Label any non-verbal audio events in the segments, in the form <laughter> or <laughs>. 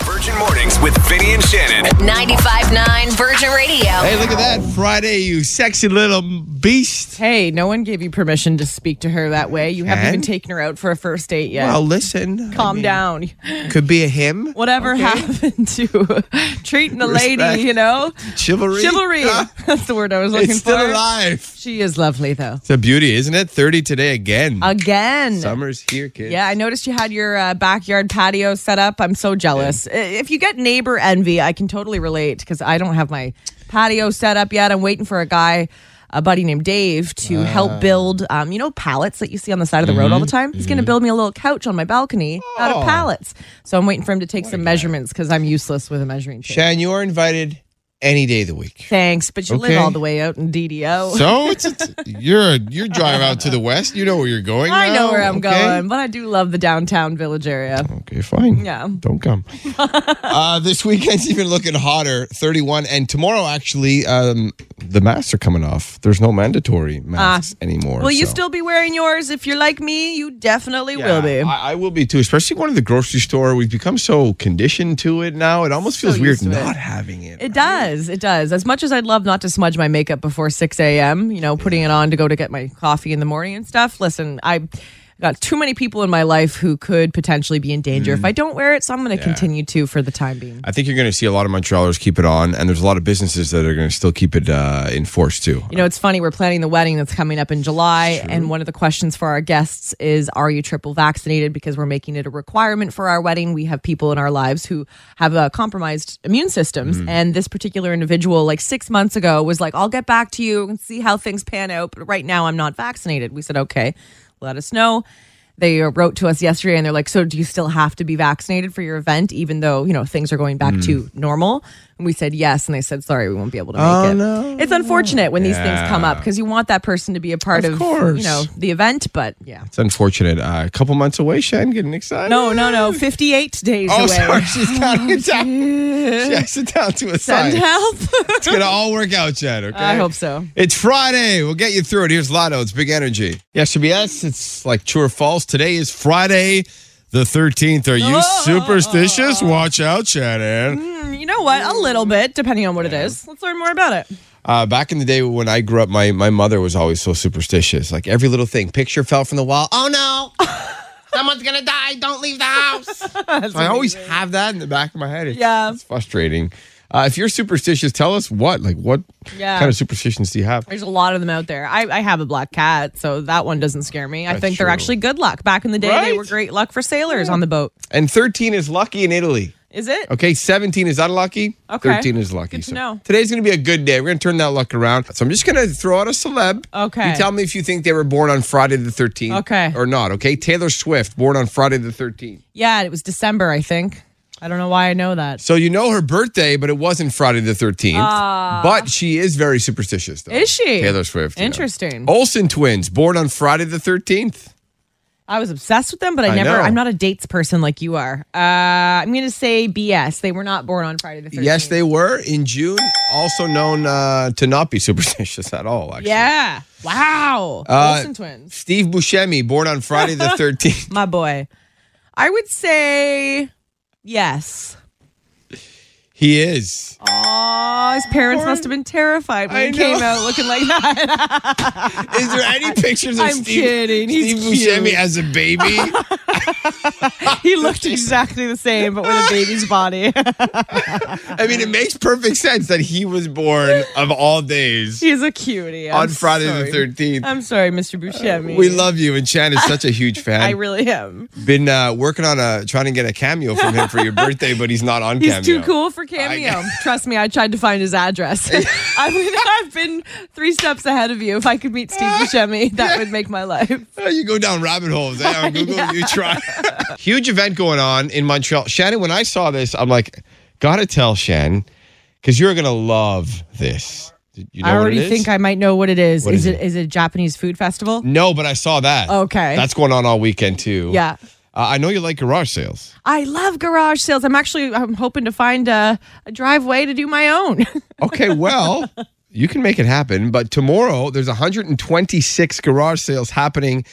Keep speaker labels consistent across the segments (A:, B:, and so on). A: Virgin Mornings with Vinny and Shannon.
B: 95.9 Virgin Radio.
C: Hey, look at that. Friday, you sexy little beast.
D: Hey, no one gave you permission to speak to her that way. You haven't
C: can.
D: even taken her out for a first date yet.
C: Well, listen. I
D: Calm
C: mean,
D: down.
C: Could be a him.
D: Whatever happened to <laughs> treating the
C: Respect.
D: lady, you know?
C: Chivalry. <laughs>
D: Chivalry.
C: Ah,
D: That's the word I was <laughs> looking
C: it's
D: for.
C: still alive.
D: She is lovely, though.
C: It's a beauty, isn't it? 30 today again.
D: Again.
C: Summer's here, kids.
D: Yeah, I noticed you had your uh, backyard patio set up. I'm so jealous. I- If you get neighbor envy, I can totally relate because I don't have my patio set up yet. I'm waiting for a guy, a buddy named Dave, to
C: Ah.
D: help build, um, you know, pallets that you see on the side of the road all the time. He's going to build me a little couch on my balcony out
C: Mm-hmm. Oh.
D: of pallets. So I'm waiting for him to take some measurements because I'm useless with a measuring tape.
C: Shan, you are invited any day of the week.
D: Thanks, but you
C: Okay.
D: live all the way out in DDO.
C: So it's, it's you're you're drive out to the west. You know where you're going.
D: <laughs> I know
C: now,
D: where I'm
C: okay?
D: going, but I do love the downtown village area.
C: Okay, fine.
D: Yeah.
C: Don't
D: <laughs>
C: come. uh, this weekend's even looking hotter, 31. And tomorrow, actually, um, the masks are coming off. There's no mandatory masks anymore.
D: Will Ah. you
C: so-
D: still be wearing yours? If you're like me, you definitely will be.
C: Yeah, I, I will be too, especially going to the grocery store. We've become so conditioned to it now. It almost
D: So
C: feels weird
D: used to it.
C: not having it.
D: It does. It does. As much as I'd love not to smudge my makeup before 6 a.m., you know, putting it on to go to get my coffee in the morning and stuff. Listen, I got too many people in my life who could potentially be in danger
C: Mm.
D: if I don't wear it. So I'm going to continue to for the time being.
C: I think you're going to see a lot of Montrealers keep it on, and there's a lot of businesses that are going to still keep it uh, in force too.
D: You know, it's funny. We're planning the wedding that's coming up in July. And one of the questions for our guests is Are you triple vaccinated? Because we're making it a requirement for our wedding. We have people in our lives who have uh, compromised immune systems.
C: Mm.
D: And this particular individual, like six months ago, was like, I'll get back to you and see how things pan out. But right now, I'm not vaccinated. We said, Okay, let us know. They uh, wrote to us yesterday and they're like, So do you still have to be vaccinated for your event, even though, you know, things are going back to normal? And we said yes. And they said, Sorry, we won't be able to make
C: Mm. Oh,
D: it.
C: no.
D: It's unfortunate when these things come up
C: Yeah.
D: because you want that person to be a part
C: Of
D: of,
C: course.
D: you know the event, but yeah.
C: It's unfortunate. Uh, a couple months away, Shan, getting excited.
D: No, no, no. Fifty-eight days
C: Oh,
D: away.
C: sorry,
D: <laughs>
C: she's counting it down. She has it down to a
D: Oh, Send Uh.
C: side.
D: help.
C: <laughs> It's gonna all work out, Chad. Okay.
D: I hope so.
C: It's Friday. We'll get you through it. Here's Lotto. It's big energy. Yes, CBS. It's like true or false. Today is Friday, the 13th. Are you superstitious? Watch out, Shannon.
D: Oh. Mm, You know what? A little bit, depending on what it is. Let's learn more about it. <laughs>
C: Uh, back in the day when I grew up, my, my mother was always so superstitious. Like every little thing. Picture fell from the wall. Oh,
D: <laughs>
C: no. Someone's going to die. Don't leave the house. So I always have that in the back of my head. It's,
D: Yeah.
C: It's frustrating. Uh, if you're superstitious, tell us what. Like, what
D: Yeah.
C: kind of superstitions do you have?
D: There's a lot of them out there. I, I have a black cat, so that one doesn't scare me. I
C: That's
D: think they're
C: true.
D: actually good luck. Back in the day, they
C: Right?
D: were great luck for sailors on the boat.
C: And 13 is lucky in Italy.
D: Is it?
C: Okay, 17 is unlucky.
D: Okay.
C: 13 is lucky.
D: Good to
C: So
D: know.
C: Today's going to be a good day. We're going to turn that luck around. So I'm just going to throw out a celeb.
D: Okay.
C: You tell me if you think they were born on Friday the 13th.
D: Okay.
C: Or not, okay? Taylor Swift, born on Friday the 13th.
D: Yeah, it was December, I think. I don't know why I know that.
C: So you know her birthday, but it wasn't Friday the 13th. but she is very superstitious, though.
D: Ah. Is she?
C: Taylor Swift. yeah.
D: Interesting.
C: Olsen twins, born on Friday the 13th.
D: I was obsessed with them, but I,
C: I
D: never.
C: know.
D: I'm not a dates person like you are. Uh, I'm going to say BS. They were not born on Friday the 13th.
C: Yes, they were in June, also known uh, to not be <laughs> superstitious at all, actually.
D: Yeah. Wow.
C: Uh,
D: Olsen twins.
C: Steve Buscemi, born on Friday
D: <laughs>
C: the 13th.
D: My boy. I would say yes.
C: He is.
D: Aw, his parents must have been terrified when
C: I
D: he came
C: know.
D: out looking like that.
C: <laughs>
D: <laughs>
C: Is there any pictures of
D: Oh I'm
C: Steve,
D: kidding.
C: Steve
D: He's
C: Buscemi
D: cute.
C: as a baby?
D: he looked exactly the same, but with a baby's body. <laughs>
C: I mean, it makes perfect sense that he was born of all days
D: He's a cutie. I'm
C: on Friday
D: sorry.
C: the 13th.
D: I'm sorry, Mr. Buscemi.
C: we love you, and Chan is such a
D: <laughs>
C: huge fan.
D: I really am.
C: Been uh, working on a trying to get a cameo from him for
D: <laughs>
C: your birthday, but he's not on
D: He's
C: cameo.
D: too cool for cameo. <laughs> Trust me, I tried to find his <laughs> address. I mean, I've been three steps ahead of you. If I could meet <laughs> Steve Buscemi, that would make my life.
C: Oh, you go down rabbit holes. <laughs> eh, on Google, you try. <laughs> Huge event going on in Montreal. Shannon, when I saw this, I'm like, gotta tell Shan, because you're gonna love this. You know
D: I
C: what
D: already
C: it is?
D: think I might know what it is.
C: What is
D: Is it is it a Japanese food festival?
C: No, but I saw that.
D: Okay.
C: That's going on all weekend too.
D: Yeah.
C: Uh, I know you like garage sales.
D: I love garage sales. I'm actually I'm hoping to find a, a driveway to do my own. <laughs>
C: Okay, well, You can make it happen. But tomorrow, there's 126 garage sales happening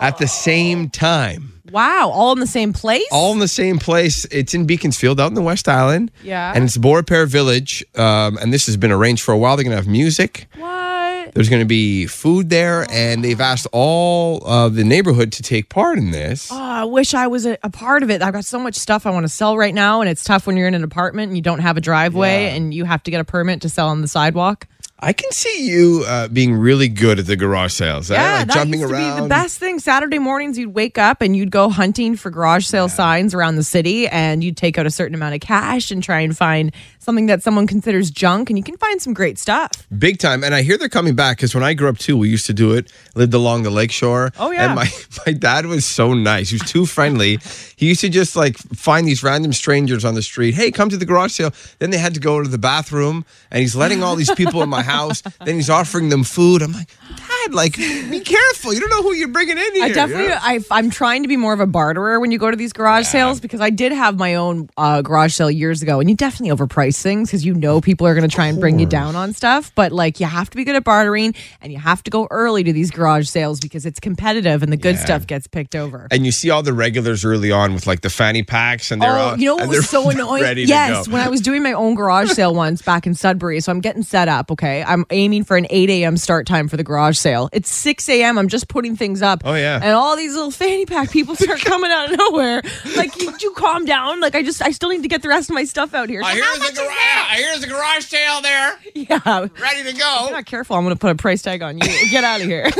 C: at the same time.
D: Wow, all in the same place?
C: all in the same place. It's in Beaconsfield, out in the West Island.
D: Yeah.
C: And it's Beaurepaire Village. Um, and this has been arranged for a while. They're going to have music.
D: what?
C: There's going to be food there. And they've asked all of the neighborhood to take part in this.
D: Oh, I wish I was a, a part of it. I've got so much stuff I want to sell right now, and it's tough when you're in an apartment and you don't have a driveway and you have to get a permit to sell on the sidewalk.
C: I can see you uh, being really good at the garage sales. eh?
D: Yeah,
C: Like
D: that
C: jumping
D: used
C: around.
D: to be the best thing. Saturday mornings, you'd wake up and you'd go hunting for garage sale signs around the city, and you'd take out a certain amount of cash and try and find something that someone considers junk, and you can find some great stuff.
C: Big time. And I hear they're coming back because when I grew up too, we used to do it, lived along the lakeshore.
D: Oh, yeah.
C: And my, <laughs> my dad was so nice. He was too friendly. he used to just like find these random strangers on the street. Hey, come to the garage sale. Then they had to go to the bathroom and he's letting all these people in my
D: <laughs>
C: house. Then he's offering them food. I'm like, Dad, like, be careful. You don't know who you're bringing in here.
D: I
C: you
D: definitely,
C: know?
D: I, I'm trying to be more of a barterer when you go to these garage sales because I did have my own uh, garage sale years ago, and you definitely overprice things because you know people are going to try and bring you down on stuff. But like, you have to be good at bartering, and you have to go early to these garage sales because it's competitive, and the good stuff gets picked over.
C: And you see all the regulars early on with like the fanny packs and they're
D: Oh,
C: all,
D: you know what
C: and
D: was
C: they're
D: so annoying?
C: <laughs> Ready
D: yes,
C: to go.
D: when I was doing my own garage sale once back in Sudbury, so I'm getting set up. Okay, I'm aiming for an 8 a.m. start time for the garage sale. It's 6 a.m. I'm just putting things up.
C: Oh, yeah.
D: and all these little fanny pack
C: <laughs>
D: people start coming out of nowhere. Like, you, you calm down. Like, I just, I still need to get the rest of my stuff out here.
C: I hear there's a garage. I hear there's a garage sale there,
D: <laughs> yeah,
C: ready to go.
D: I'm not careful. I'm going to put a price tag on you. Get out of here. <laughs>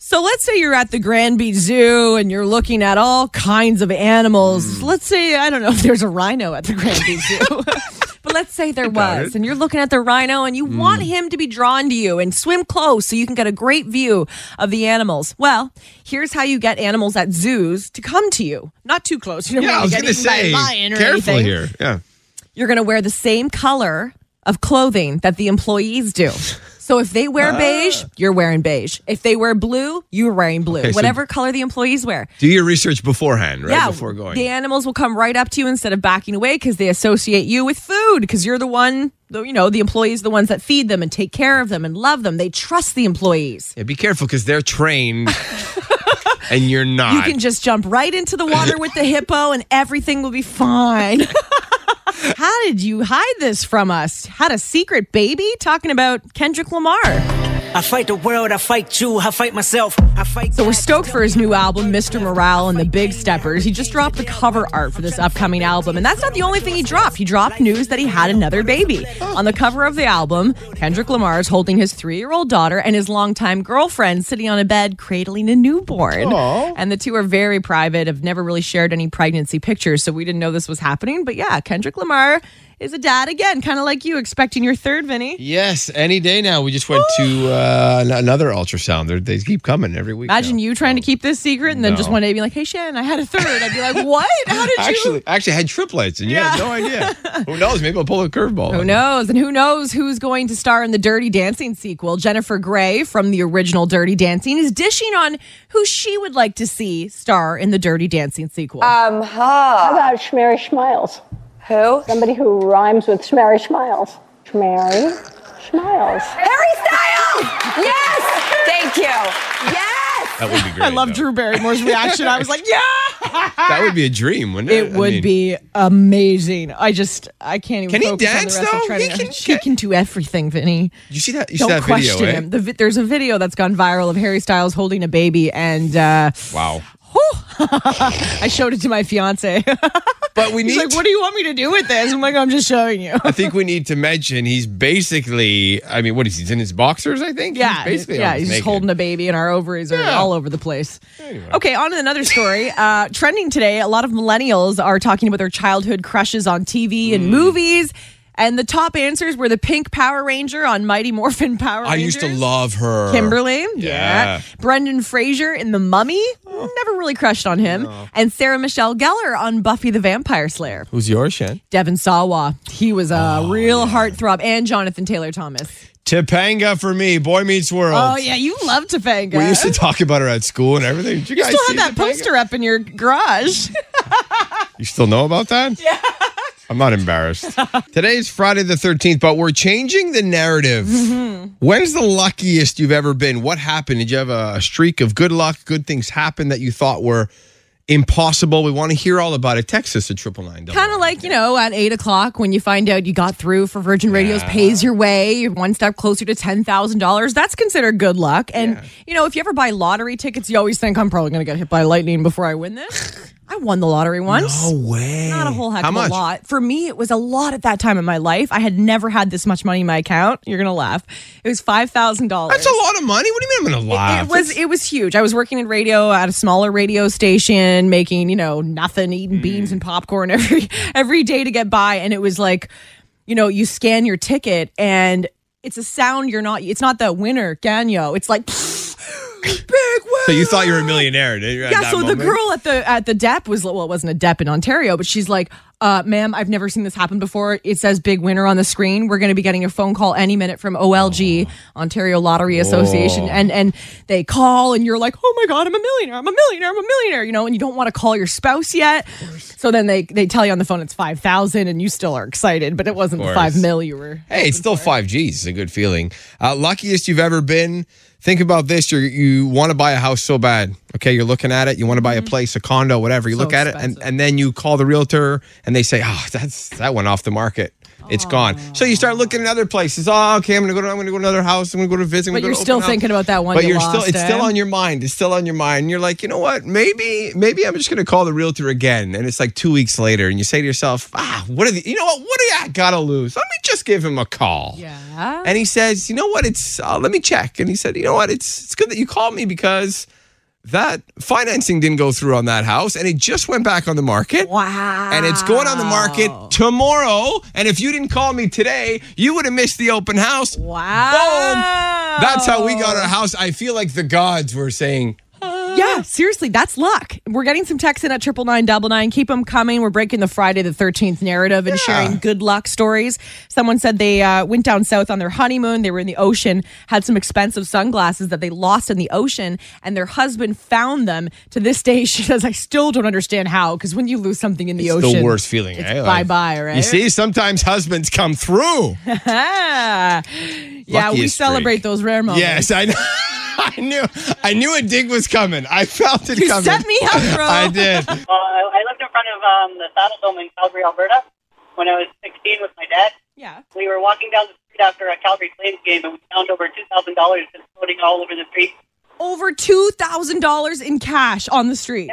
D: so let's say you're at the Granby Zoo and you're looking at all kinds of animals. Let's say I don't know if there's a rhino at the Granby <laughs> Zoo. But let's say there was,
C: it.
D: and you're looking at the rhino and you want him to be drawn to you and swim close so you can get a great view of the animals. Well, here's how you get animals at zoos to come to you. Not too close. You don't
C: Yeah, I
D: want
C: was
D: to get
C: gonna
D: eaten by a
C: say,
D: lion or
C: careful
D: anything
C: here. Yeah,
D: you're going to wear the same color of clothing that the employees do. So if they
C: Ah.
D: wear beige, you're wearing beige. If they wear blue, you're wearing blue.
C: Okay, so-
D: Whatever color the employees wear.
C: do your research beforehand, right?
D: yeah,
C: before going.
D: the animals will come right up to you instead of backing away because they associate you with food because you're the one, the- you know, the employees, the ones that feed them and take care of them and love them. They trust the employees.
C: Yeah, be careful because they're
D: <laughs>
C: trained, and you're not.
D: You can just jump right into the water with the hippo and everything will be fine. <laughs> How did you hide this from us? Had a secret baby talking about Kendrick Lamar.
E: I fight the world, I fight you, I fight myself, I fight.
D: So we're stoked for his new album, Mr. Morale and the Big Steppers. He just dropped the cover art for this upcoming album, and that's not the only thing he dropped. He dropped news that he had another baby. On the cover of the album, Kendrick Lamar is holding his three-year-old daughter and his longtime girlfriend sitting on a bed cradling a newborn. And the two are very private, have never really shared any pregnancy pictures, so we didn't know this was happening. But yeah, Kendrick Lamar is a dad again, kind of like you, expecting your third, Vinny.
C: yes, any day now. We just went to uh, an- another ultrasound. They're, they keep coming every week.
D: Imagine
C: now.
D: you trying to keep this secret and then just
C: No.
D: one day being like, hey, Shannon, I had a third. I'd be like, what? How did you?
C: <laughs> Actually, actually had triplets, and you had no idea.
D: <laughs>
C: Who knows? Maybe I'll pull a curveball.
D: Who knows? And who knows who's going to star in the Dirty Dancing sequel? Jennifer Grey from the original Dirty Dancing is dishing on who she would like to see star in the Dirty Dancing sequel.
C: Uh,
F: How about Shmary Schmiles? Who? Somebody who rhymes with Shmary Schmiles. Shmary Schmiles.
B: Harry Styles! yes! Thank you. Yes!
C: That would be great.
D: <laughs> I love
C: though.
D: Drew Barrymore's reaction.
C: <laughs>
D: I was like, yeah!
C: That would be a dream, wouldn't it?
D: It
C: I
D: would
C: mean,
D: be amazing. I just, I can't even
C: Can he
D: focus on the
C: dance,
D: rest of
C: though?
D: trying
C: He
D: to-
C: can-
D: She can do everything, Vinny.
C: You see that? You
D: Don't
C: see that
D: question
C: video? eh?
D: him. The vi- there's a video that's gone viral of Harry Styles holding a baby, and uh, <laughs>
C: Wow.
D: I showed it to my fiance. <laughs>
C: But we need.
D: He's like, "What do you want me to do with this?" I'm like, "I'm just showing you."
C: I think we need to mention he's basically. I mean, what is he? He's in his boxers, I think.
D: Yeah,
C: he's basically
D: yeah,
C: almost
D: he's just
C: naked.
D: holding a baby, and our ovaries are
C: Yeah.
D: all over the place. Okay, on to another
C: <laughs>
D: story. Uh, trending today, a lot of millennials are talking about their childhood crushes on TV
C: Hmm.
D: and movies, and the top answers were the pink Power Ranger on Mighty Morphin <laughs> Power
C: I
D: Rangers.
C: used to love her.
D: Kimberly, yeah.
C: Yeah.
D: Brendan Fraser in The Mummy, never really crushed on him, and Sarah Michelle Gellar on Buffy the Vampire Slayer.
C: Who's yours, Shen?
D: Devin Sawa, he was a
C: Oh,
D: real heartthrob, and Jonathan Taylor Thomas.
C: Topanga for me. Boy Meets World.
D: Oh yeah, you love Topanga.
C: We used to talk about her at school and everything. Did you,
D: You
C: guys
D: still
C: see
D: have that
C: Topanga?
D: <laughs> poster up in your garage.
C: You still know about that? Yeah. I'm not
D: <laughs>
C: embarrassed. Today's Friday the 13th, but we're changing the narrative.
D: Mm-hmm.
C: When's the luckiest you've ever been? What happened? Did you have a streak of good luck? Good things happen that you thought were impossible? We want to hear all about it. Text us at triple nine.
D: Kind of like, you know, at eight o'clock when you find out you got through for Virgin Radio's Pays Your Way, you're one step closer to $10,000. That's considered good luck. And, you know, if you ever buy lottery tickets, you always think, I'm probably going to get hit by lightning before I
C: <laughs>
D: win this. I won the lottery once.
C: way.
D: Not a whole heck
C: How
D: of
C: much?
D: a lot. For me, it was a lot at that time in my life. I had never had this much money in my account. You're gonna laugh. It was five thousand dollars.
C: That's a lot of money. What do you mean I'm going to laugh?
D: It was it was huge. I was working in radio at a smaller radio station, making you know nothing,
C: Mm-hmm.
D: eating beans and popcorn <laughs> every every day to get by, and it was like, you know, you scan your ticket and it's a sound you're not. It's not the winner Ganyo. It's like. <laughs> Big win.
C: so you thought you were a millionaire, did you? at
D: Yeah,
C: that
D: so the
C: moment?
D: girl at the at the DEP was well, it wasn't a DEP in Ontario, but she's like, uh, "Ma'am, I've never seen this happen before. It says big winner on the screen. We're going to be getting a phone call any minute from OLG, Ontario Lottery Association, and and they call, and you're like, "Oh my god, I'm a millionaire! I'm a millionaire! I'm a millionaire!" You know, and you don't want to call your spouse yet. So then they they tell you on the phone it's five thousand, and you still are excited, but it wasn't the
C: course.
D: five mil you were.
C: Hey, it's still five G's. It's a good feeling. Uh, luckiest you've ever been. Think about this: You're, you want to buy a house so bad. Okay, you're looking at it. You want to buy a place, a condo, whatever. You
D: Mm-hmm. So
C: look at it, and,
D: expensive.
C: and then you call the realtor, and they say, "Oh, that's that went off the market. It's gone." So you start looking at other places. Oh, okay, I'm gonna go. To, I'm gonna go to another house. I'm gonna go to visit. I'm
D: But
C: gonna go
D: you're
C: to
D: still
C: open house.
D: thinking about that one.
C: But
D: you
C: you're still.
D: lost,
C: It's still
D: eh?
C: on your mind. It's still on your mind. And you're like, you know what? Maybe, maybe I'm just gonna call the realtor again. And it's like two weeks later, and you say to yourself, Ah, what are the? You know what? What do I gotta lose? Let me just give him a call.
D: Yeah.
C: And he says, "You know what? It's uh, let me check." And he said, "You know what? It's it's good that you called me because that financing didn't go through on that house, and it just went back on the market.
D: Wow.
C: And it's going on the market tomorrow. And if you didn't call me today, you would have missed the open house.
D: Wow.
C: Boom. That's how we got our house. I feel like the gods were saying."
D: Yeah, seriously, that's luck. We're getting some texts in at triple nine double nine. Keep them coming. We're breaking the Friday the thirteenth narrative and sharing good luck stories. Someone said they uh, went down south on their honeymoon. They were in the ocean, had some expensive sunglasses that they lost in the ocean, and their husband found them. To this day, <laughs> she says, "I still don't understand how because when you lose something in the
C: It's
D: ocean,
C: the worst feeling.
D: It's
C: eh? Like,
D: bye-bye, right?
C: You see, sometimes husbands come through.
D: Ah. <laughs> yeah, we
C: Luckiest
D: celebrate
C: streak.
D: those rare moments.
C: yes, I, kn- <laughs> I knew. I knew a dig was coming. I felt it
D: you
C: coming.
D: set me up, bro.
C: I did.
G: Well, I, I lived in front of um, the Saddle Dome in Calgary, Alberta, when I was 16 with my dad.
D: Yeah.
G: We were walking down the street after a Calgary Flames game, and we found over $2,000 just floating all over the street.
D: Over two thousand dollars in cash on the street.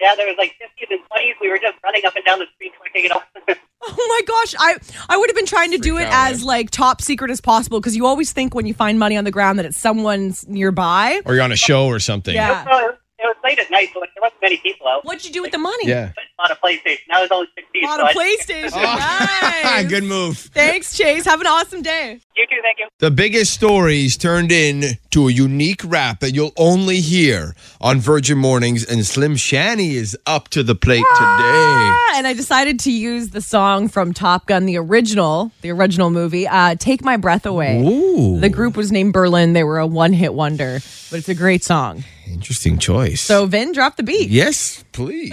G: Yeah, there was like 50s and 20s. We were just running up and down the street trying to get <laughs> out.
D: Oh my gosh, I I would have been trying to do it as like top secret as possible because you always think when you find money on the ground that it's someone's nearby.
C: or you're on a show or something.
D: Yeah.
G: so it was, it was late at night, so like, there wasn't many people out.
D: What'd you do with the money?
C: Yeah.
G: But a lot of PlayStation. I was only 16.
D: Bought a
G: so I-
D: PlayStation. Nice.
C: Oh. <laughs> Good move.
D: Thanks, Chase. Have an awesome day.
G: You too, thank you.
C: The biggest stories turned in to a unique rap that you'll only hear on Virgin Mornings, and Slim Shanny is up to the plate today.
D: Ah, And I decided to use the song from Top Gun, the original, the original movie, uh, "Take My Breath Away."
C: Ooh,
D: The group was named Berlin. They were a one-hit wonder, but it's a great song.
C: interesting choice.
D: So Vin, drop the beat.
C: yes, please.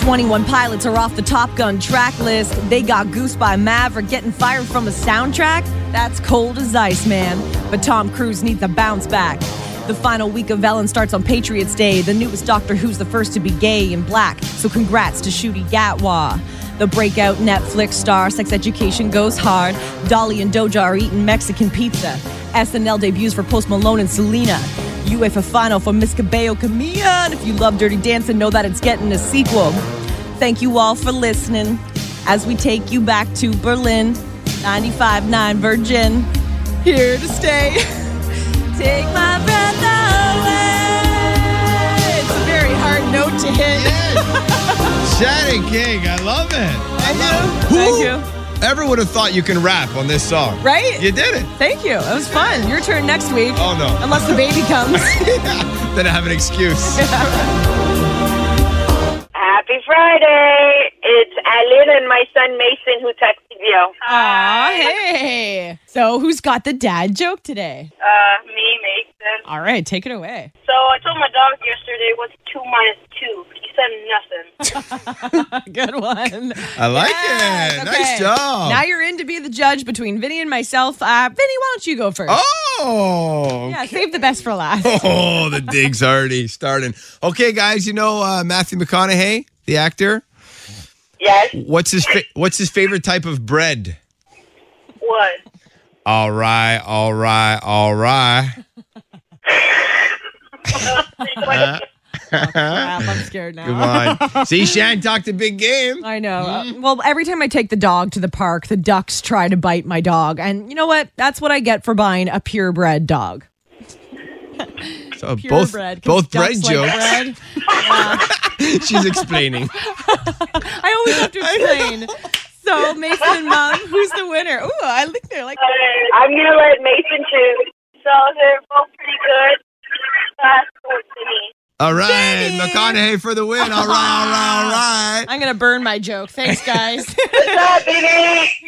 D: Twenty-one pilots are off the Top Gun track list. They got goosed by Maverick getting fired from a soundtrack. That's cold as ice, man. But Tom Cruise needs a bounce back. The final week of Ellen starts on Patriots Day, the newest Doctor Who's the first to be gay and black. So congrats to Shooty Gatwa. The breakout Netflix star Sex Education goes hard. Dolly and Doja are eating Mexican pizza. SNL debuts for Post Malone and Selena. UEFA final for Miss Cabello Camilla. And if you love Dirty Dancing, know that it's getting a sequel. Thank you all for listening as we take you back to Berlin, 95.9 Virgin. Here to stay. <laughs> take my breath away. It's a very hard note to hit.
C: <laughs> Shanny King, I love it. I
D: you.
C: Who
D: Thank you.
C: ever would have thought you can rap on this song?
D: Right?
C: You did it.
D: Thank you. It was fun. Your turn next week.
C: Oh, no.
D: Unless the baby comes.
C: <laughs> then
D: <laughs>
C: I have an excuse.
H: Happy Friday. It It's Alan and my son Mason who texted you.
D: Aw, hey. So, who's got the dad joke today?
G: Uh, me, Mason.
D: All right, take it away.
G: So I told my dog yesterday what's two minus two. He said
D: <laughs>
G: nothing.
D: Good one.
C: I like
D: Yes,
C: it.
D: okay.
C: Nice job.
D: Now you're in to be the judge between Vinny and myself. Uh, Vinny, why don't you go first?
C: oh.
D: Yeah, save the best for last.
C: Oh, the dig's already starting. Okay, guys, you know uh, Matthew McConaughey, the actor.
G: Yes.
C: What's his fa- What's his favorite type of bread?
G: What?
C: All right, all right, all right.
D: Crap, I'm scared
C: <laughs>
D: now.
C: Come
D: <laughs>
C: on. Mm-hmm. See, Shan talked a big game.
D: I know. Uh, well, every time I take the dog to the park, the ducks try to bite my dog. And you know what? That's what I get for buying a purebred dog.
C: So both
D: Purebred. 'cause
C: both bread
D: ducks like
C: jokes.
D: bread.
C: <laughs> She's explaining.
D: I always have
C: <laughs>
D: to explain. so, Mason and Mom, who's the winner? Ooh, I think they're like,
H: <laughs> I'm gonna let Mason choose.
G: So they're both pretty good. Last one to me.
C: All right, McConaughey for the win. All right, all right, all right.
D: I'm going to burn my joke. Thanks, guys.
C: <laughs>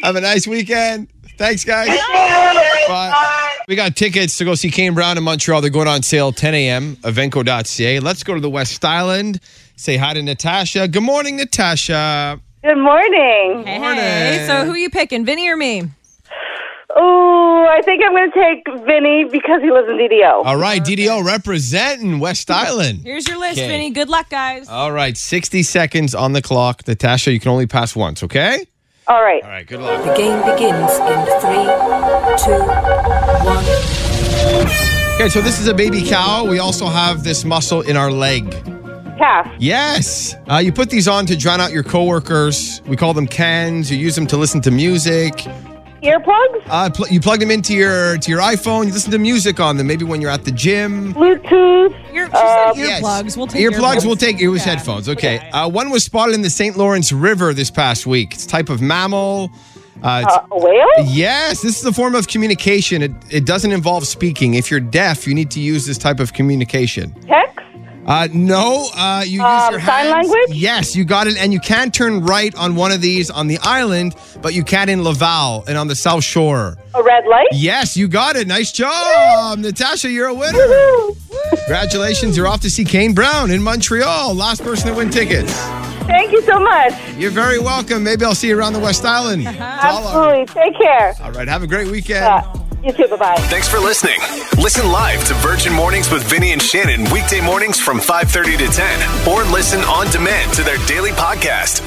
C: Have a nice weekend. Thanks, guys. Bye. We got tickets to go see Kane Brown in Montreal. They're going on sale 10 a.m. Evenco.ca. Let's go to the West Island. Say hi to Natasha. Good morning, Natasha.
H: Good morning.
D: hey, so who you picking, Vinny or me?
H: Oh, I think I'm gonna take Vinny because he lives in DDO.
C: All right, DDO representing West Island.
D: Here's your list,
C: Okay. Uh,
D: Vinny. Good luck, guys.
C: All right, 60 seconds on the clock. Natasha, you can only pass once, okay?
H: All right.
C: All right, good luck.
I: The game begins in three, two, one.
C: Okay, so this is a baby cow. We also have this muscle in our leg.
H: Calf.
C: Yes. Uh, you put these on to drown out your coworkers. We call them cans. You use them to listen to music.
H: Earplugs?
C: Uh, pl- you plug them into your to your iPhone. You listen to music on them. Maybe when you're at the gym.
H: Bluetooth?
D: You're, she
H: Uh,
C: Um,
D: said earplugs. We'll take
C: earplugs. We'll take it was
D: Yeah.
C: headphones. Okay. Uh, one was spotted in the St. Lawrence River this past week. It's a type of mammal. Uh, it's-
H: Uh, a whale?
C: yes, this is a form of communication. It, it doesn't involve speaking. If you're deaf, you need to use this type of communication.
H: Text?
C: Uh, no, uh, you use
H: Um,
C: your
H: sign
C: hands.
H: language?
C: Yes, you got it. And you can turn right on one of these on the island, but you can in Laval and on the South Shore.
H: A red light?
C: Yes, you got it. Nice job, Natasha. You're a winner.
H: Woo.
C: Congratulations. You're off to see Kane Brown in Montreal. Last person to win tickets.
H: Thank you so much.
C: You're very welcome. Maybe I'll see you around the West
H: <laughs>
C: Island. It's all ours.
H: Absolutely. Take care.
C: All right. Have a great weekend.
H: Uh, you too. Bye bye.
A: Thanks for listening. Listen live to Virgin Mornings with Vinny and Shannon weekday mornings from 5:30 to 10 or listen on demand to their daily podcast.